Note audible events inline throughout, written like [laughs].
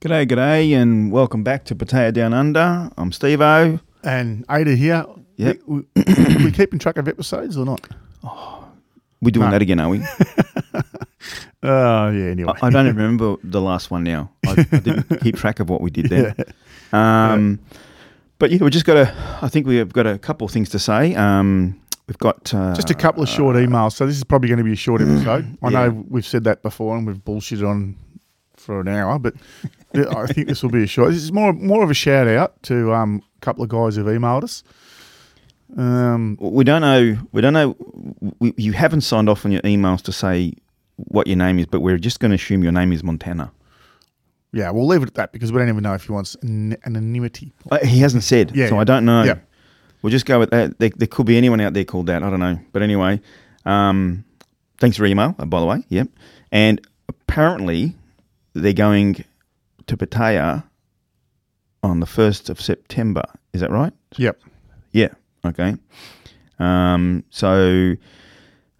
G'day, g'day, and welcome back to Potato Down Under. I'm Steve O. and Ada here. Yep. We, [coughs] we, we keeping track of episodes or not? We're doing No. that again, are [laughs] we? Oh, Uh, yeah, anyway. I don't even remember the last one now. I, I [laughs] didn't keep track of what we did then. Um, But yeah, we just got a. I think we've got a couple of things to say. Um, we've got uh, Mm, Just a couple of short emails. So this is probably going to be a short episode. I Yeah. know we've said that before and we've bullshitted on for an hour, but th- I think this will be a short. This is more more of a shout out to um, a couple of guys who've emailed us. Um, uh, We don't know. We don't know. We, you haven't signed off on your emails to say what your name is, but we're just going to assume your name is Montana. yeah, we'll leave it at that because we don't even know if he wants an- anonymity. Uh, He hasn't said, Yeah, so yeah. I don't know. Yeah. We'll just go with that. There, there could be anyone out there called that. I don't know. But anyway, um, thanks for your email, uh, by the way. Yep. And apparently, they're going to Pattaya on the 1st of September. Is that right? Yep. Yeah. Okay. Um, so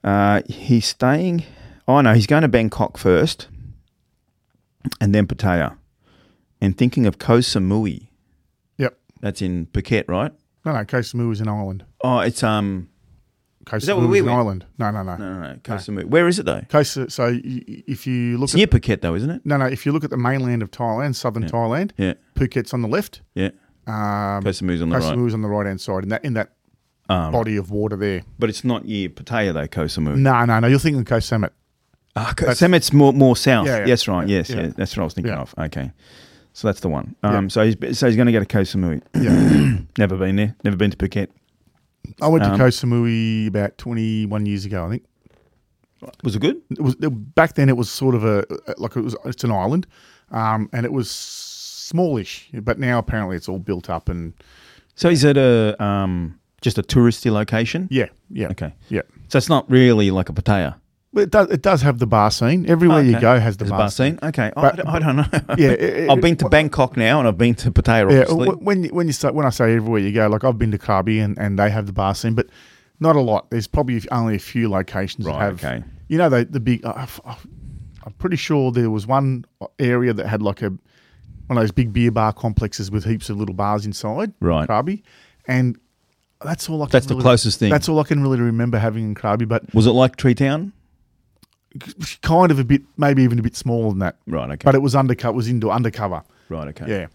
uh, he's staying. Oh no, he's going to Bangkok first, and then Pattaya, and thinking of Koh Samui. Yep. That's in Phuket, right? No, no, Koh Samui is an island. Oh, it's um. Koh that where Samui we is an went? island. No, no, no. No, no, no Koh Samui. Where is it though? Koh Sa- so y- y- if you look It's at near Phuket though, isn't it? No, no. If you look at the mainland of Thailand, southern Thailand, Yeah, Phuket's on the left. yeah. Um, Koh Samui's on the Koh right. Samui's on the right hand side, in that in that Um, body of water there. but it's not near Pattaya though, Koh Samui. No, no, no. You're thinking Koh Samet. Ah, Koh Samet's more more south. Yeah, yeah, yes, right. yes, yeah. yeah. That's what I was thinking Yeah. of. Okay, so that's the one. Um, so he's so he's going to go to Koh Samui. Yeah, [coughs] Never been there. Never been to Phuket. I went to Um, Koh Samui about 21 years ago. I think Was it good? it was it- back then. It was sort of a like it was. It's an island, um, and it was smallish. But now apparently it's all built up and So is it a um, just a touristy location? yeah, yeah, Okay. yeah. So it's not really like a Pattaya. But it does it does have the bar scene. Everywhere you Oh, Okay. go has the Is it bar, bar scene. scene? Okay. I- But- I, don't, I don't know. [laughs] Yeah, it- I've it- been to Bangkok now, and I've been to Pattaya. Yeah, Obviously. wh- when you- when you say when I say everywhere you go, like I've been to Krabi and, and they have the bar scene, but not a lot. There's probably only a few locations that Right, have. okay. You know the the big. I, I, I'm pretty sure there was one uh, area that had like a one of those big beer bar complexes with heaps of little bars inside. Right. Krabi, and that's all I. Can That's the really- closest thing. That's all I can really remember having in Krabi, but Was it like Tree Town? kind of a bit, maybe even a bit smaller than that. Right. Okay. But it was undercover. Was indoor undercover. right. Okay. Yeah.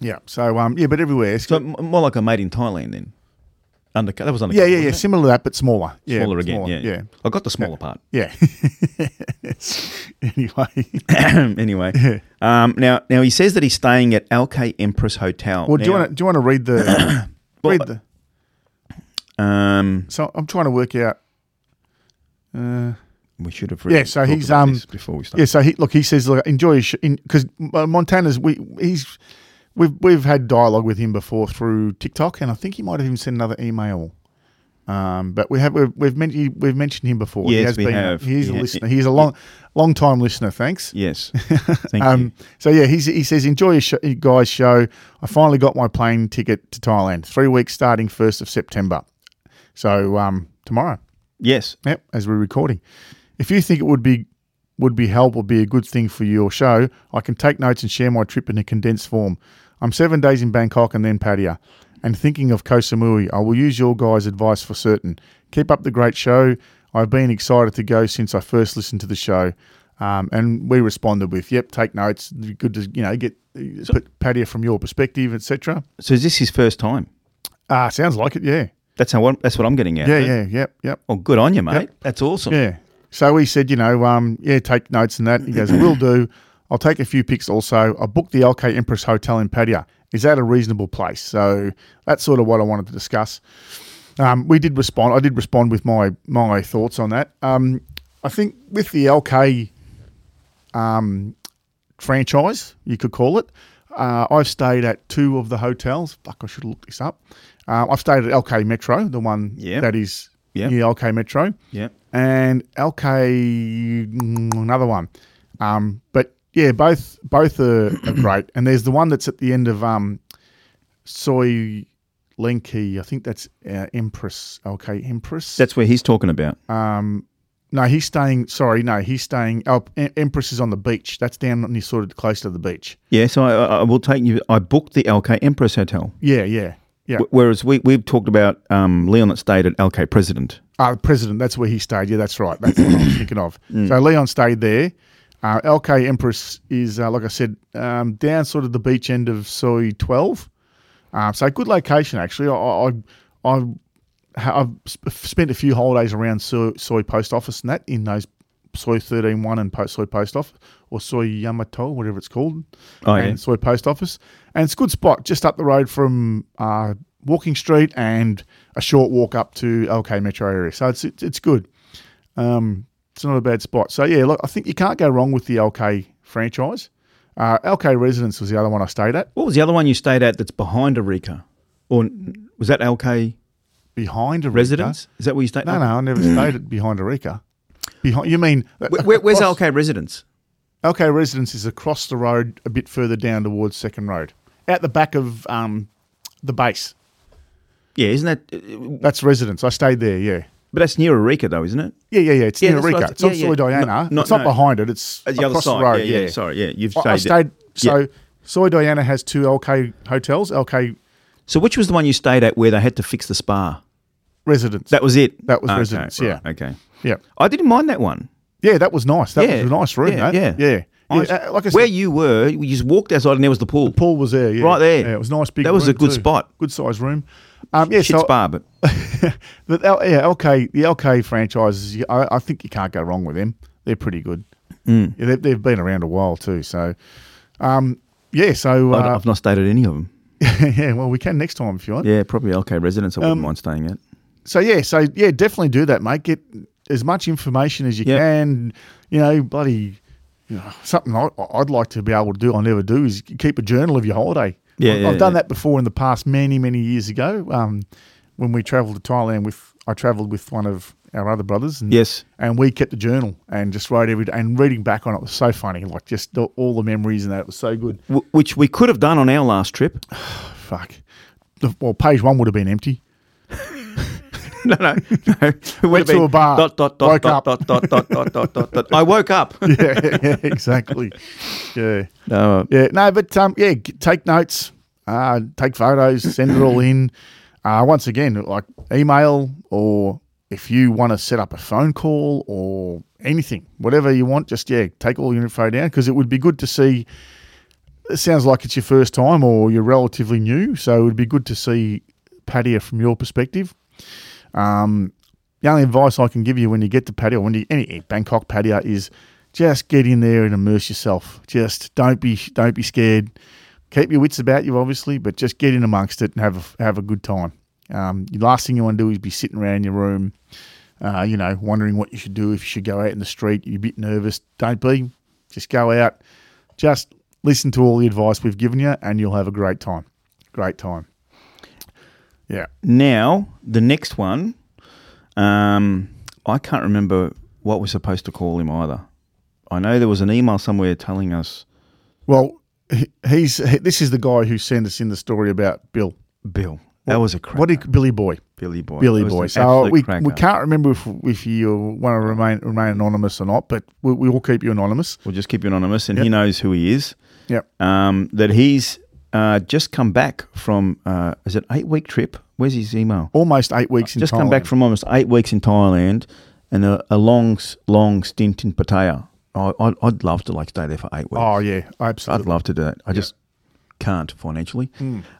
Yeah. So um yeah, but everywhere. So m- more like a made in Thailand then. Under that was under. Yeah, yeah, yeah. Similar to that, but smaller. Yeah, Smaller again. Yeah. yeah, I got the smaller part. [clears throat] yeah. [laughs] anyway, [laughs] anyway. Um, now, now he says that he's staying at LK Empress Hotel. well, do you Oh, Now, want to do you want to [coughs] read the read the? Um, So I'm trying to work out. Uh, we should have. Yeah, so talked he's, about um, this before we start. yeah, so he look he says look, enjoy your because Montana's we he's we've we've had dialogue with him before through TikTok and I think he might have even sent another email. Um, but we have we've we've, men- we've mentioned him before. Yes, we have. He's Yeah. a listener. He's a long long time listener. Thanks. Yes. [laughs] Thank you. Um, so yeah, he's, he says, enjoy your, sh- your guys' show. I finally got my plane ticket to Thailand. Three weeks starting first of September. So um, tomorrow, Yes. yep, as we're recording. If you think it would be would be help or be a good thing for your show, I can take notes and share my trip in a condensed form. I'm seven days in Bangkok and then Pattaya. And thinking of Koh Samui, I will use your guys' advice for certain. Keep up the great show. I've been excited to go since I first listened to the show. Um, and we responded with, "Yep, take notes. It'd be Good to you know get put Pattaya from your perspective, etc." So is this his first time? Ah, sounds like it. Yeah, That's how. I'm, that's what I'm getting at. yeah, yeah, yep, yep. Well, good on you, mate. That's awesome. Yeah. So he said, you know, um, yeah, take notes and that. He goes, will do. I'll take a few pics also. I booked the LK Empress Hotel in Pattaya. Is that a reasonable place? So that's sort of what I wanted to discuss. Um, we did respond. I did respond with my my thoughts on that. Um, I think with the LK um, franchise, you could call it. Uh, I've stayed at two of the hotels. Fuck, I should have looked this up. Uh, I've stayed at LK Metro, the one Yeah. that is Yeah. near LK Metro Yep. and LK mm, another one. Um, but yeah, both both are, are great. And there's the one that's at the end of um, Soy Lenki. I think that's uh, Empress. LK Empress. Uh, That's where he's talking about. um, No, he's staying. Sorry, no, he's staying. Oh, Em- Empress is on the beach. That's down near sort of close to the beach. Yeah, so I, I I will take you. I booked the LK Empress Hotel, Yeah, yeah, yeah. wh- whereas we we've talked about um, Leon that stayed at LK President. Ah, the president. That's where he stayed. Yeah, that's right. That's what I was thinking of. So Leon stayed there. Uh, LK Empress is, uh, like I said, um, down sort of the beach end of Soy 12. Uh, so good location, actually. I, I, I, ha- I've sp- spent a few holidays around Soy, soy Post Office and that in those Soy 13.1 and po- Soy Post Office or Soy Yamato, whatever it's called. Oh, and yeah. Soy Post Office. And it's a good spot just up the road from uh, Walking Street and a short walk up to LK Metro area. So it's it's, it's good. Um, it's not a bad spot. So yeah, look, I think you can't go wrong with the LK franchise. Uh, LK Residence was the other one I stayed at. What was the other one you stayed at that's behind Eureka, or n- was that LK Behind Eureka. Residence? Is that where you stayed? No, no, I never stayed at behind Eureka. Behind you mean Wh- where- where's across- LK Residence? LK Residence is across the road, a bit further down towards Second Road, at the back of um, the base. Yeah, isn't that? uh, That's Residence. I stayed there. Yeah. But that's near Eureka, though, isn't it? Yeah, yeah, yeah. It's Yeah, near that's what I Eureka. th- It's on yeah, Soy yeah. Diana. No- it's not no. behind it. It's Uh, The other across side. the road. yeah, yeah, Sorry, yeah. You've I, stayed. I there. stayed. So Soy Diana has two LK hotels, LK So which was the one you stayed at where they had to fix the spa? residence. That was it. That was Okay, Residence, right, yeah. Okay. yeah, I didn't mind that one. yeah. That was nice. That Yeah, was a nice room. yeah, that. yeah. yeah. Yeah, Nice. uh, like I said, Where you were, you just walked outside and there was the pool. Paul was there. Yeah. Right there. Yeah, it was a nice. Big. That was a room good too. spot. Good sized room. Um, yeah, Shit so spa, but [laughs] the L- yeah, LK the LK franchises. you- I, I think you can't go wrong with them. They're pretty good. Mm. Yeah, they've, they've been around a while too. So, um, yeah. So I don't- uh, I've not stayed at any of them. [laughs] yeah. Well, we can next time if you want. Yeah, probably LK Residence. I Um, wouldn't mind staying at. so yeah, so yeah, definitely do that, mate. Get as much information as you Yeah. can. You know, bloody you know, something I, I'd like to be able to do. I never do is keep a journal of your holiday. Yeah, I've, yeah, I've done yeah. that before in the past, many many years ago. Um, when we travelled to Thailand with, I travelled with one of our other brothers. And, Yes. and we kept a journal and just wrote every day. And reading back on it was so funny, like just all- all the memories and that. It was so good. W- which we could have done on our last [laughs] trip. [laughs] Fuck. The, well, page one would have been empty. [laughs] no, no, no. It would have to been a bar, Dot, dot, dot, woke dot, up. dot, dot, dot, dot, dot, dot, dot. I woke up. [laughs] yeah, yeah, exactly. Yeah. No, Yeah, no, but um, yeah, g- take notes, uh, take photos, send it all in. Uh, once again, like email or if you want to set up a phone call or anything, whatever you want, just yeah, take all your info down because it would be good to see. It sounds like it's your first time or you're relatively new, so it would be good to see patio from your perspective. Um, the only advice I can give you when you get to patio, when you any Bangkok patio, is just get in there and immerse yourself. Just don't be don't be scared. Keep your wits about you, obviously, but just get in amongst it and have a, have a good time. Um, the last thing you want to do is be sitting around your room, uh, you know, wondering what you should do if you should go out in the street. You're a bit nervous. Don't be. Just go out. Just listen to all the advice we've given you, and you'll have a great time. Great time. Yeah. Now, the next one, um, I can't remember what we're supposed to call him either. I know there was an email somewhere telling us Well, he- he's he- this is the guy who sent us in the story about Bill. Bill. That was a crack. What did Billy Boy? Billy Boy. Billy That was Boy. an So uh, absolute we, cracker. we can't remember if if you want to remain remain anonymous or not, but we, we will keep you anonymous. We'll just keep you anonymous, and he knows who he is. Yep. Um, that he's uh, just come back from uh, is it eight week trip? Where's his email? Almost eight weeks in just come back Thailand. from almost eight weeks in Thailand and a, a long, s- long stint in Pattaya. I, I'd, I'd love to like stay there for eight weeks. Oh yeah, I'd absolutely. Hmm. love to do that. I just can't financially.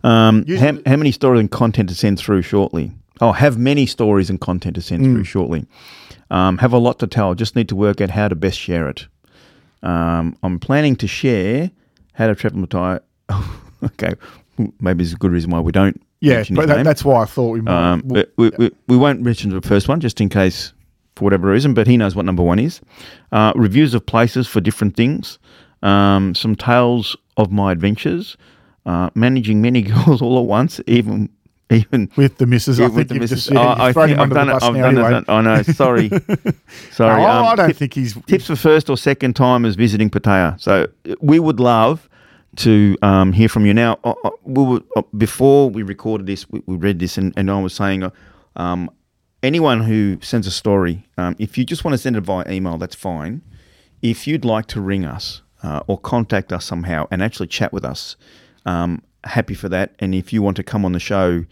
Um, how, how many stories and content to send through shortly? Oh, have many stories and content to send Hmm. through shortly. Um, have a lot to tell. Just need to work out how to best share it. Um, I'm planning to share how to travel Matai. [laughs] okay, maybe there's a good reason why we don't. Yeah, mention but his that, name. that's why I thought we might. Um, well, we, we, we won't mention the first one just in case for whatever reason, but he knows what number one is. Uh, reviews of places for different things, um, some tales of my adventures, uh, managing many [laughs] girls all at once, even even. with the missus, I even think the you've missus. just yeah, Oh, you've I thrown think him I've under done the it. bus I've now done anyway. it. I know. [laughs] Sorry, sorry. No, um, I don't tip- think he's. tips for first or second timers visiting Pattaya. So uh, we would love to um, hear from you. Now, uh, uh, we were, uh, before we recorded this, we, we read this, and, and I was saying, uh, um, anyone who sends a story, um, if you just want to send it via email, that's fine. If you'd like to ring us uh, or contact us somehow and actually chat with us, um, happy for that. And if you want to come on the show,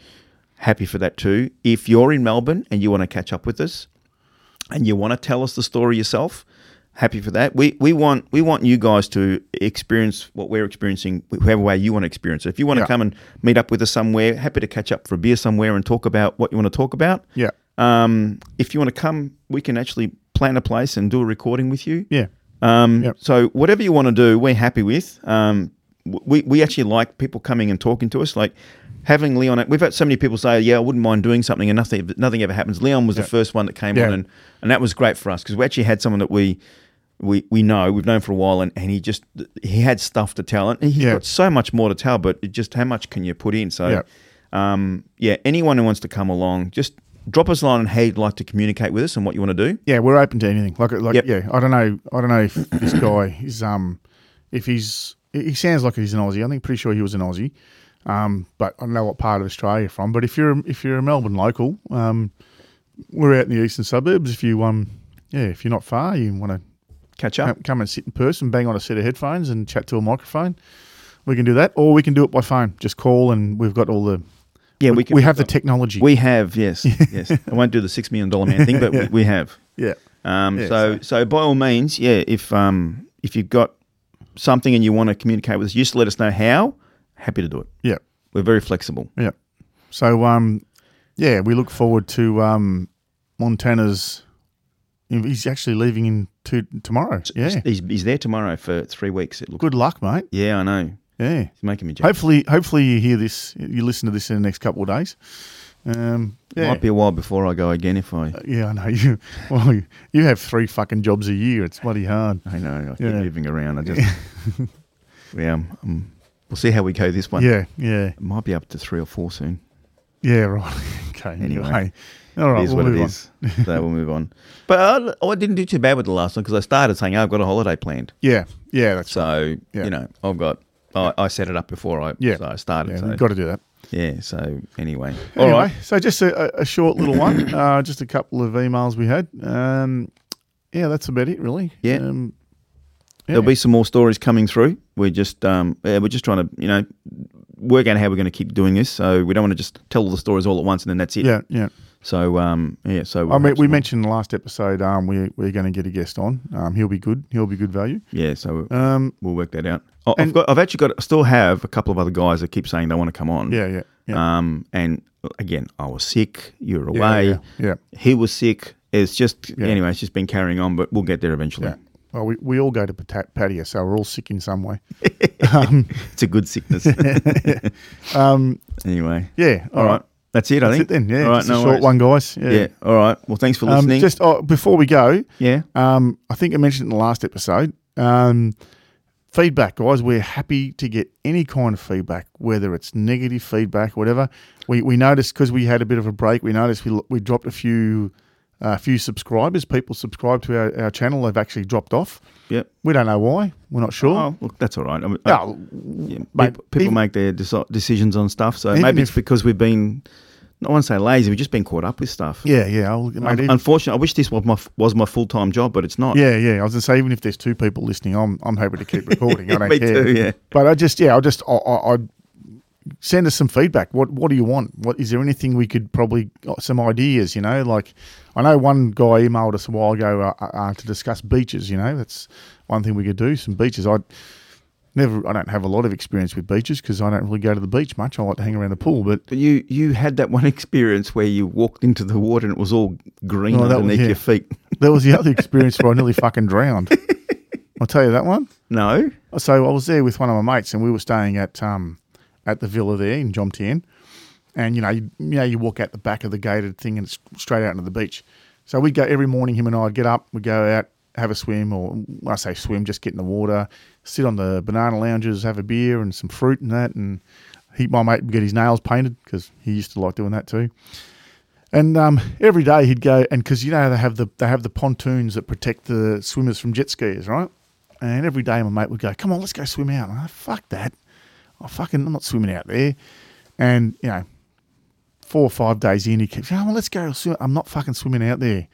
happy for that too. If you're in Melbourne and you want to catch up with us and you want to tell us the story yourself, happy for that. We we want we want you guys to experience what we're experiencing, whoever way you want to experience it. If you want to Yeah. come and meet up with us somewhere, happy to catch up for a beer somewhere and talk about what you want to talk about. Yeah. Um, if you want to come, we can actually plan a place and do a recording with you. Yeah. Um, Yep. So whatever you want to do, we're happy with. Um, w- we we actually like people coming and talking to us. Like having Leon, we've had so many people say, "Yeah, I wouldn't mind doing something," and nothing nothing ever happens. Leon was the first one that came Yeah. on, and and that was great for us because we actually had someone that we. We, we know we've known for a while and, and he just he had stuff to tell and he's Yeah. got so much more to tell but it just how much can you put in so Yeah. um, yeah anyone who wants to come along just drop us a line on how you'd like to communicate with us and what you want to do Yeah, we're open to anything. Like, like, Yep. yeah. I don't know. I don't know if this guy is um, if he's he sounds like he's an Aussie. I think pretty sure he was an Aussie, um, but I don't know what part of Australia from. But if you're if you're a Melbourne local, um, we're out in the eastern suburbs. If you um, yeah, if you're not far, you want to catch up come, come and sit in person, bang on a set of headphones, and chat to a microphone. We can do that, or we can do it by phone. Just call, and we've got all the yeah we, we, can we have the technology. We have, yes, [laughs] yes. I won't do the six million dollar man thing, but we, we have. yeah, Um, Yeah, so, so by all means, yeah. If um, if you've got something and you want to communicate with us, you just let us know how. Happy to do it. yeah. We're very flexible. Yeah. So um, yeah, we look forward to um, Montana's. He's actually leaving in to tomorrow. Yeah. He's, he's there tomorrow for three weeks. It looks. Good luck, mate. Yeah, I know. Yeah. It's making me jealous. Hopefully, hopefully you hear this. You listen to this in the next couple of days. Um, yeah. Might be a while before I go again if I. Yeah, I know [laughs] you. Well, you- you have three fucking jobs a year. It's bloody hard. I know. I keep Yeah. moving around. I just. [laughs] yeah. um, um, we'll see how we go this one. Yeah, yeah, It might be up to three or four soon. yeah. Right. [laughs] okay. Anyway. Anyway, all right. It is we'll what it move on. is. [laughs] so we'll move on. But I, I didn't do too bad with the last one because I started saying, oh, I've got a holiday planned. Yeah, yeah. That's So, Yeah. you know, I've got, I, I set it up before I, Yeah. so I started. yeah. Yeah, so, We've got to do that. yeah, so anyway. all anyway, right. so just a, a- a short little one, [coughs] uh, just a couple of emails we had. Um, yeah, that's about it, really. Yeah. Um, yeah. There'll be some more stories coming through. We're just, um, yeah, we're just trying to, you know, work out how we're going to keep doing this. So we don't want to just tell all the stories all at once and then that's it. Yeah, yeah. So, um, yeah, so. I we'll mean, have we some- mentioned last episode um, we, we're going to get a guest on. Um, he'll be good. He'll be good value. Yeah, so Um, we'll work that out. I- I've and- got, I've actually got, I still have a couple of other guys that keep saying they want to come on. yeah, yeah, yeah. Um, and again, I was sick. You were yeah, away. yeah, yeah, He was sick. It's just Yeah. anyway. It's just been carrying on, but we'll get there eventually. yeah. Well, we, we all go to pata- patio, so we're all sick in some way. [laughs] It's a good sickness. [laughs] Um, [laughs] anyway, yeah, all right. That's it. I That's think. it then. Yeah, All right. just no a short worries. one, guys. Yeah. Yeah. All right. Well, thanks for Um, listening. just oh, before we go, yeah. Um, I think I mentioned it in the last episode. Um, feedback, guys. We're happy to get any kind of feedback, whether it's negative feedback, whatever. We we noticed because we had a bit of a break. We noticed we we dropped a few uh, a few subscribers. People subscribe to our, our channel. They've actually dropped off. Yep. We don't know why. We're not sure. Oh, look, that's all right. I mean, uh, No, yeah, mate, people, people even- make their deci- decisions on stuff, so Even maybe it's if- because we've been. I want to say lazy. We've just been caught up with stuff. yeah, yeah. I'll, mate, even- Unfortunately, I wish this was my was my full time job, but it's not. yeah, yeah. I was gonna say even if there's two people listening, I'm I'm happy to keep recording. I don't [laughs] Me care. too. [laughs] Yeah. But I just, yeah, I just, I, I, I'd send us some feedback. What, what do you want? What is there anything we could probably got some ideas? You know, like I know one guy emailed us a while ago uh, uh, to discuss beaches. You know, that's one thing we could do. Some beaches. I never, I don't have a lot of experience with beaches because I don't really go to the beach much. I like to hang around the pool, but. But you you had that one [laughs] experience where you walked into the water and it was all green Oh, that was- underneath yeah. your feet. That was the other [laughs] experience where I nearly fucking drowned. I'll tell you that one. No. So I was there with one of my mates, and we were staying at um, at the villa there in Jomtien. And you know, you, you know, you walk out the back of the gated thing, and it's straight out into the beach. So we'd go every morning. Him and I'd get up, we'd go out, have a swim, or when I say swim, just get in the water, sit on the banana lounges, have a beer and some fruit and that, and he, my mate, would get his nails painted because he used to like doing that too. And um, every day he'd go, and because you know they have the they have the pontoons that protect the swimmers from jet skiers, right? And every day my mate would go, "Come on, let's go swim out." And I fuck that. I fucking I'm not swimming out there. And you know, four or five days in, he keeps, oh, well, let's go swim. I'm not fucking swimming out there.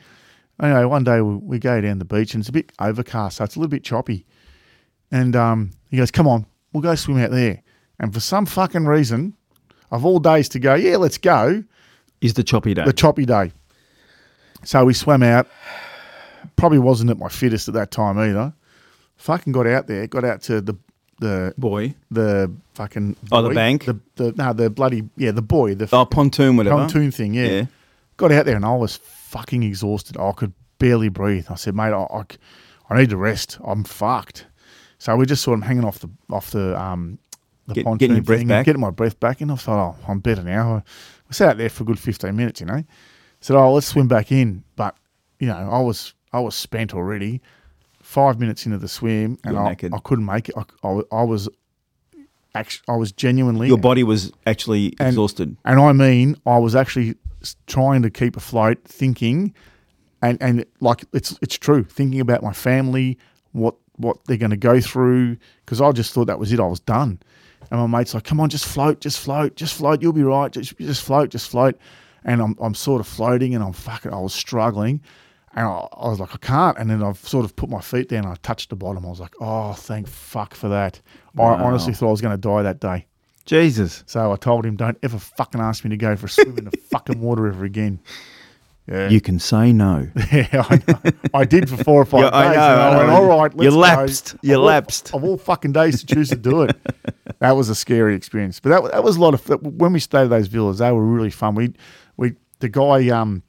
Anyway, one day we, we go down the beach and it's a bit overcast, so it's a little bit choppy. And um, he goes, come on, we'll go swim out there. And for some fucking reason, of all days to go, yeah, let's go, Is the choppy day? the choppy day. So we swam out. Probably wasn't at my fittest at that time either. Fucking got out there, got out to the the boy. the fucking Oh, the buoy. bank? the, the no the bloody yeah the boy the Oh, pontoon, whatever. pontoon thing yeah. Yeah. got out there and I was fucking exhausted I could barely breathe I said mate I, I, c- I need to rest I'm fucked so we just saw him hanging off the off the um the Get- pontoon getting your breath thing and back. getting my breath back and I thought oh I'm better now we sat out there for a good 15 minutes you know said oh let's swim back in but you know I was I was spent already five minutes into the swim and You're I, knackered. I couldn't make it I, I, I was actu I was genuinely Your body was actually And- exhausted. and I mean, I was actually s- trying to keep afloat, thinking, and and like it's it's true, thinking about my family, what what they're going to go through, because I just thought that was it, I was done. And my mate's like, "Come on, just float, just float, just float. You'll be right. Just just float, just float." And I'm I'm sort of floating, and I'm fucking, I was struggling. And I, I was like, I can't. And then I've sort of put my feet down. And I touched the bottom. I was like, oh, thank fuck for that. I honestly thought I was going to die that day. Jesus. So I told him, don't ever fucking ask me to go for a swim [laughs] in the fucking water ever again. [laughs] You can say no. Yeah, I know. I did for four or five Yeah, I days. know, and I I went, know. all right, You let's lapsed. go." You Of all- lapsed. Of all fucking days to choose to [laughs] do it. that was a scary experience. But that, wa- that was a lot of, that- when we stayed at those villas, they were really fun. We, we, the guy, um,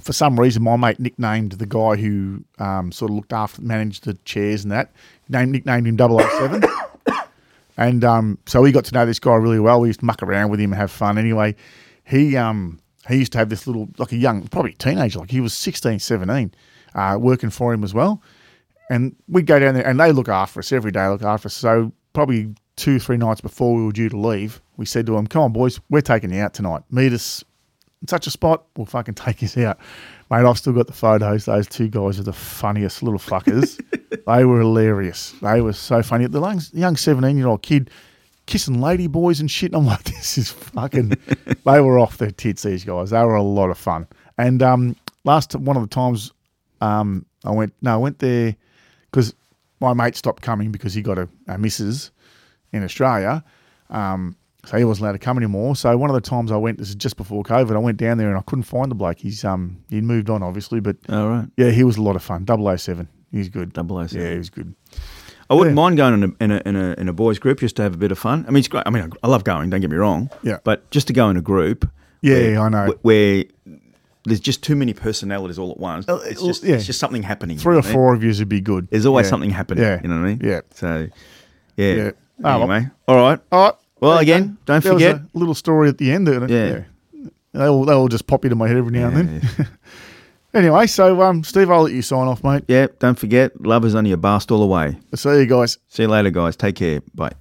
for some reason, my mate nicknamed the guy who um, sort of looked after, managed the chairs and that, named, [laughs] nicknamed him 007. And um, so we got to know this guy really well. We used to muck around with him and have fun. Anyway, he um, he used to have this little, like a young, probably teenager, like he was 16, 17, uh, working for him as well. And we'd go down there and they look after us every day, look after us. So probably two, three nights before we were due to leave, we said to him, Come on, boys, we're taking you out tonight. Meet us in such a spot, we'll fucking take us out. Mate, I've still got the photos. Those two guys are the funniest little fuckers. they were hilarious. They were so funny. The lung- young 17 year old kid kissing lady boys and shit. And I'm like, [laughs] this is fucking. they were off their tits, these guys. They were a lot of fun. And um, last one of the times um, I went, no, I went there because my mate stopped coming because he got a, a missus in Australia. Um, so he wasn't allowed to come anymore. So one of the times I went, this is just before COVID, I went down there and I couldn't find the bloke. He's um he moved on obviously, but All right. yeah, he was a lot of fun. 007. He's good. 007. Yeah, he was good. I wouldn't Yeah. mind going in a, in, a, in, a, in a boys group just to have a bit of fun. I mean, it's great. I mean, I love going. Don't get me wrong. Yeah. But just to go in a group. Yeah, I know. wh- Where there's just too many personalities all at once. Uh, It's just, yeah. it's just something happening. Three you or know? four of yous would be good. There's always Yeah. something happening. Yeah. You know what I mean? Yeah. So, yeah. Yeah. Oh, well. anyway, all right. All right. Well, There you again, go. don't There was forget- a little story at the end. That, Yeah. yeah. They all they all just pop into my head every now and Yeah, [laughs] then. Anyway, so um, Steve, I'll let you sign off, mate. yeah. Don't forget, love is only a bar stool away. See you guys. See you later, guys. Take care. Bye.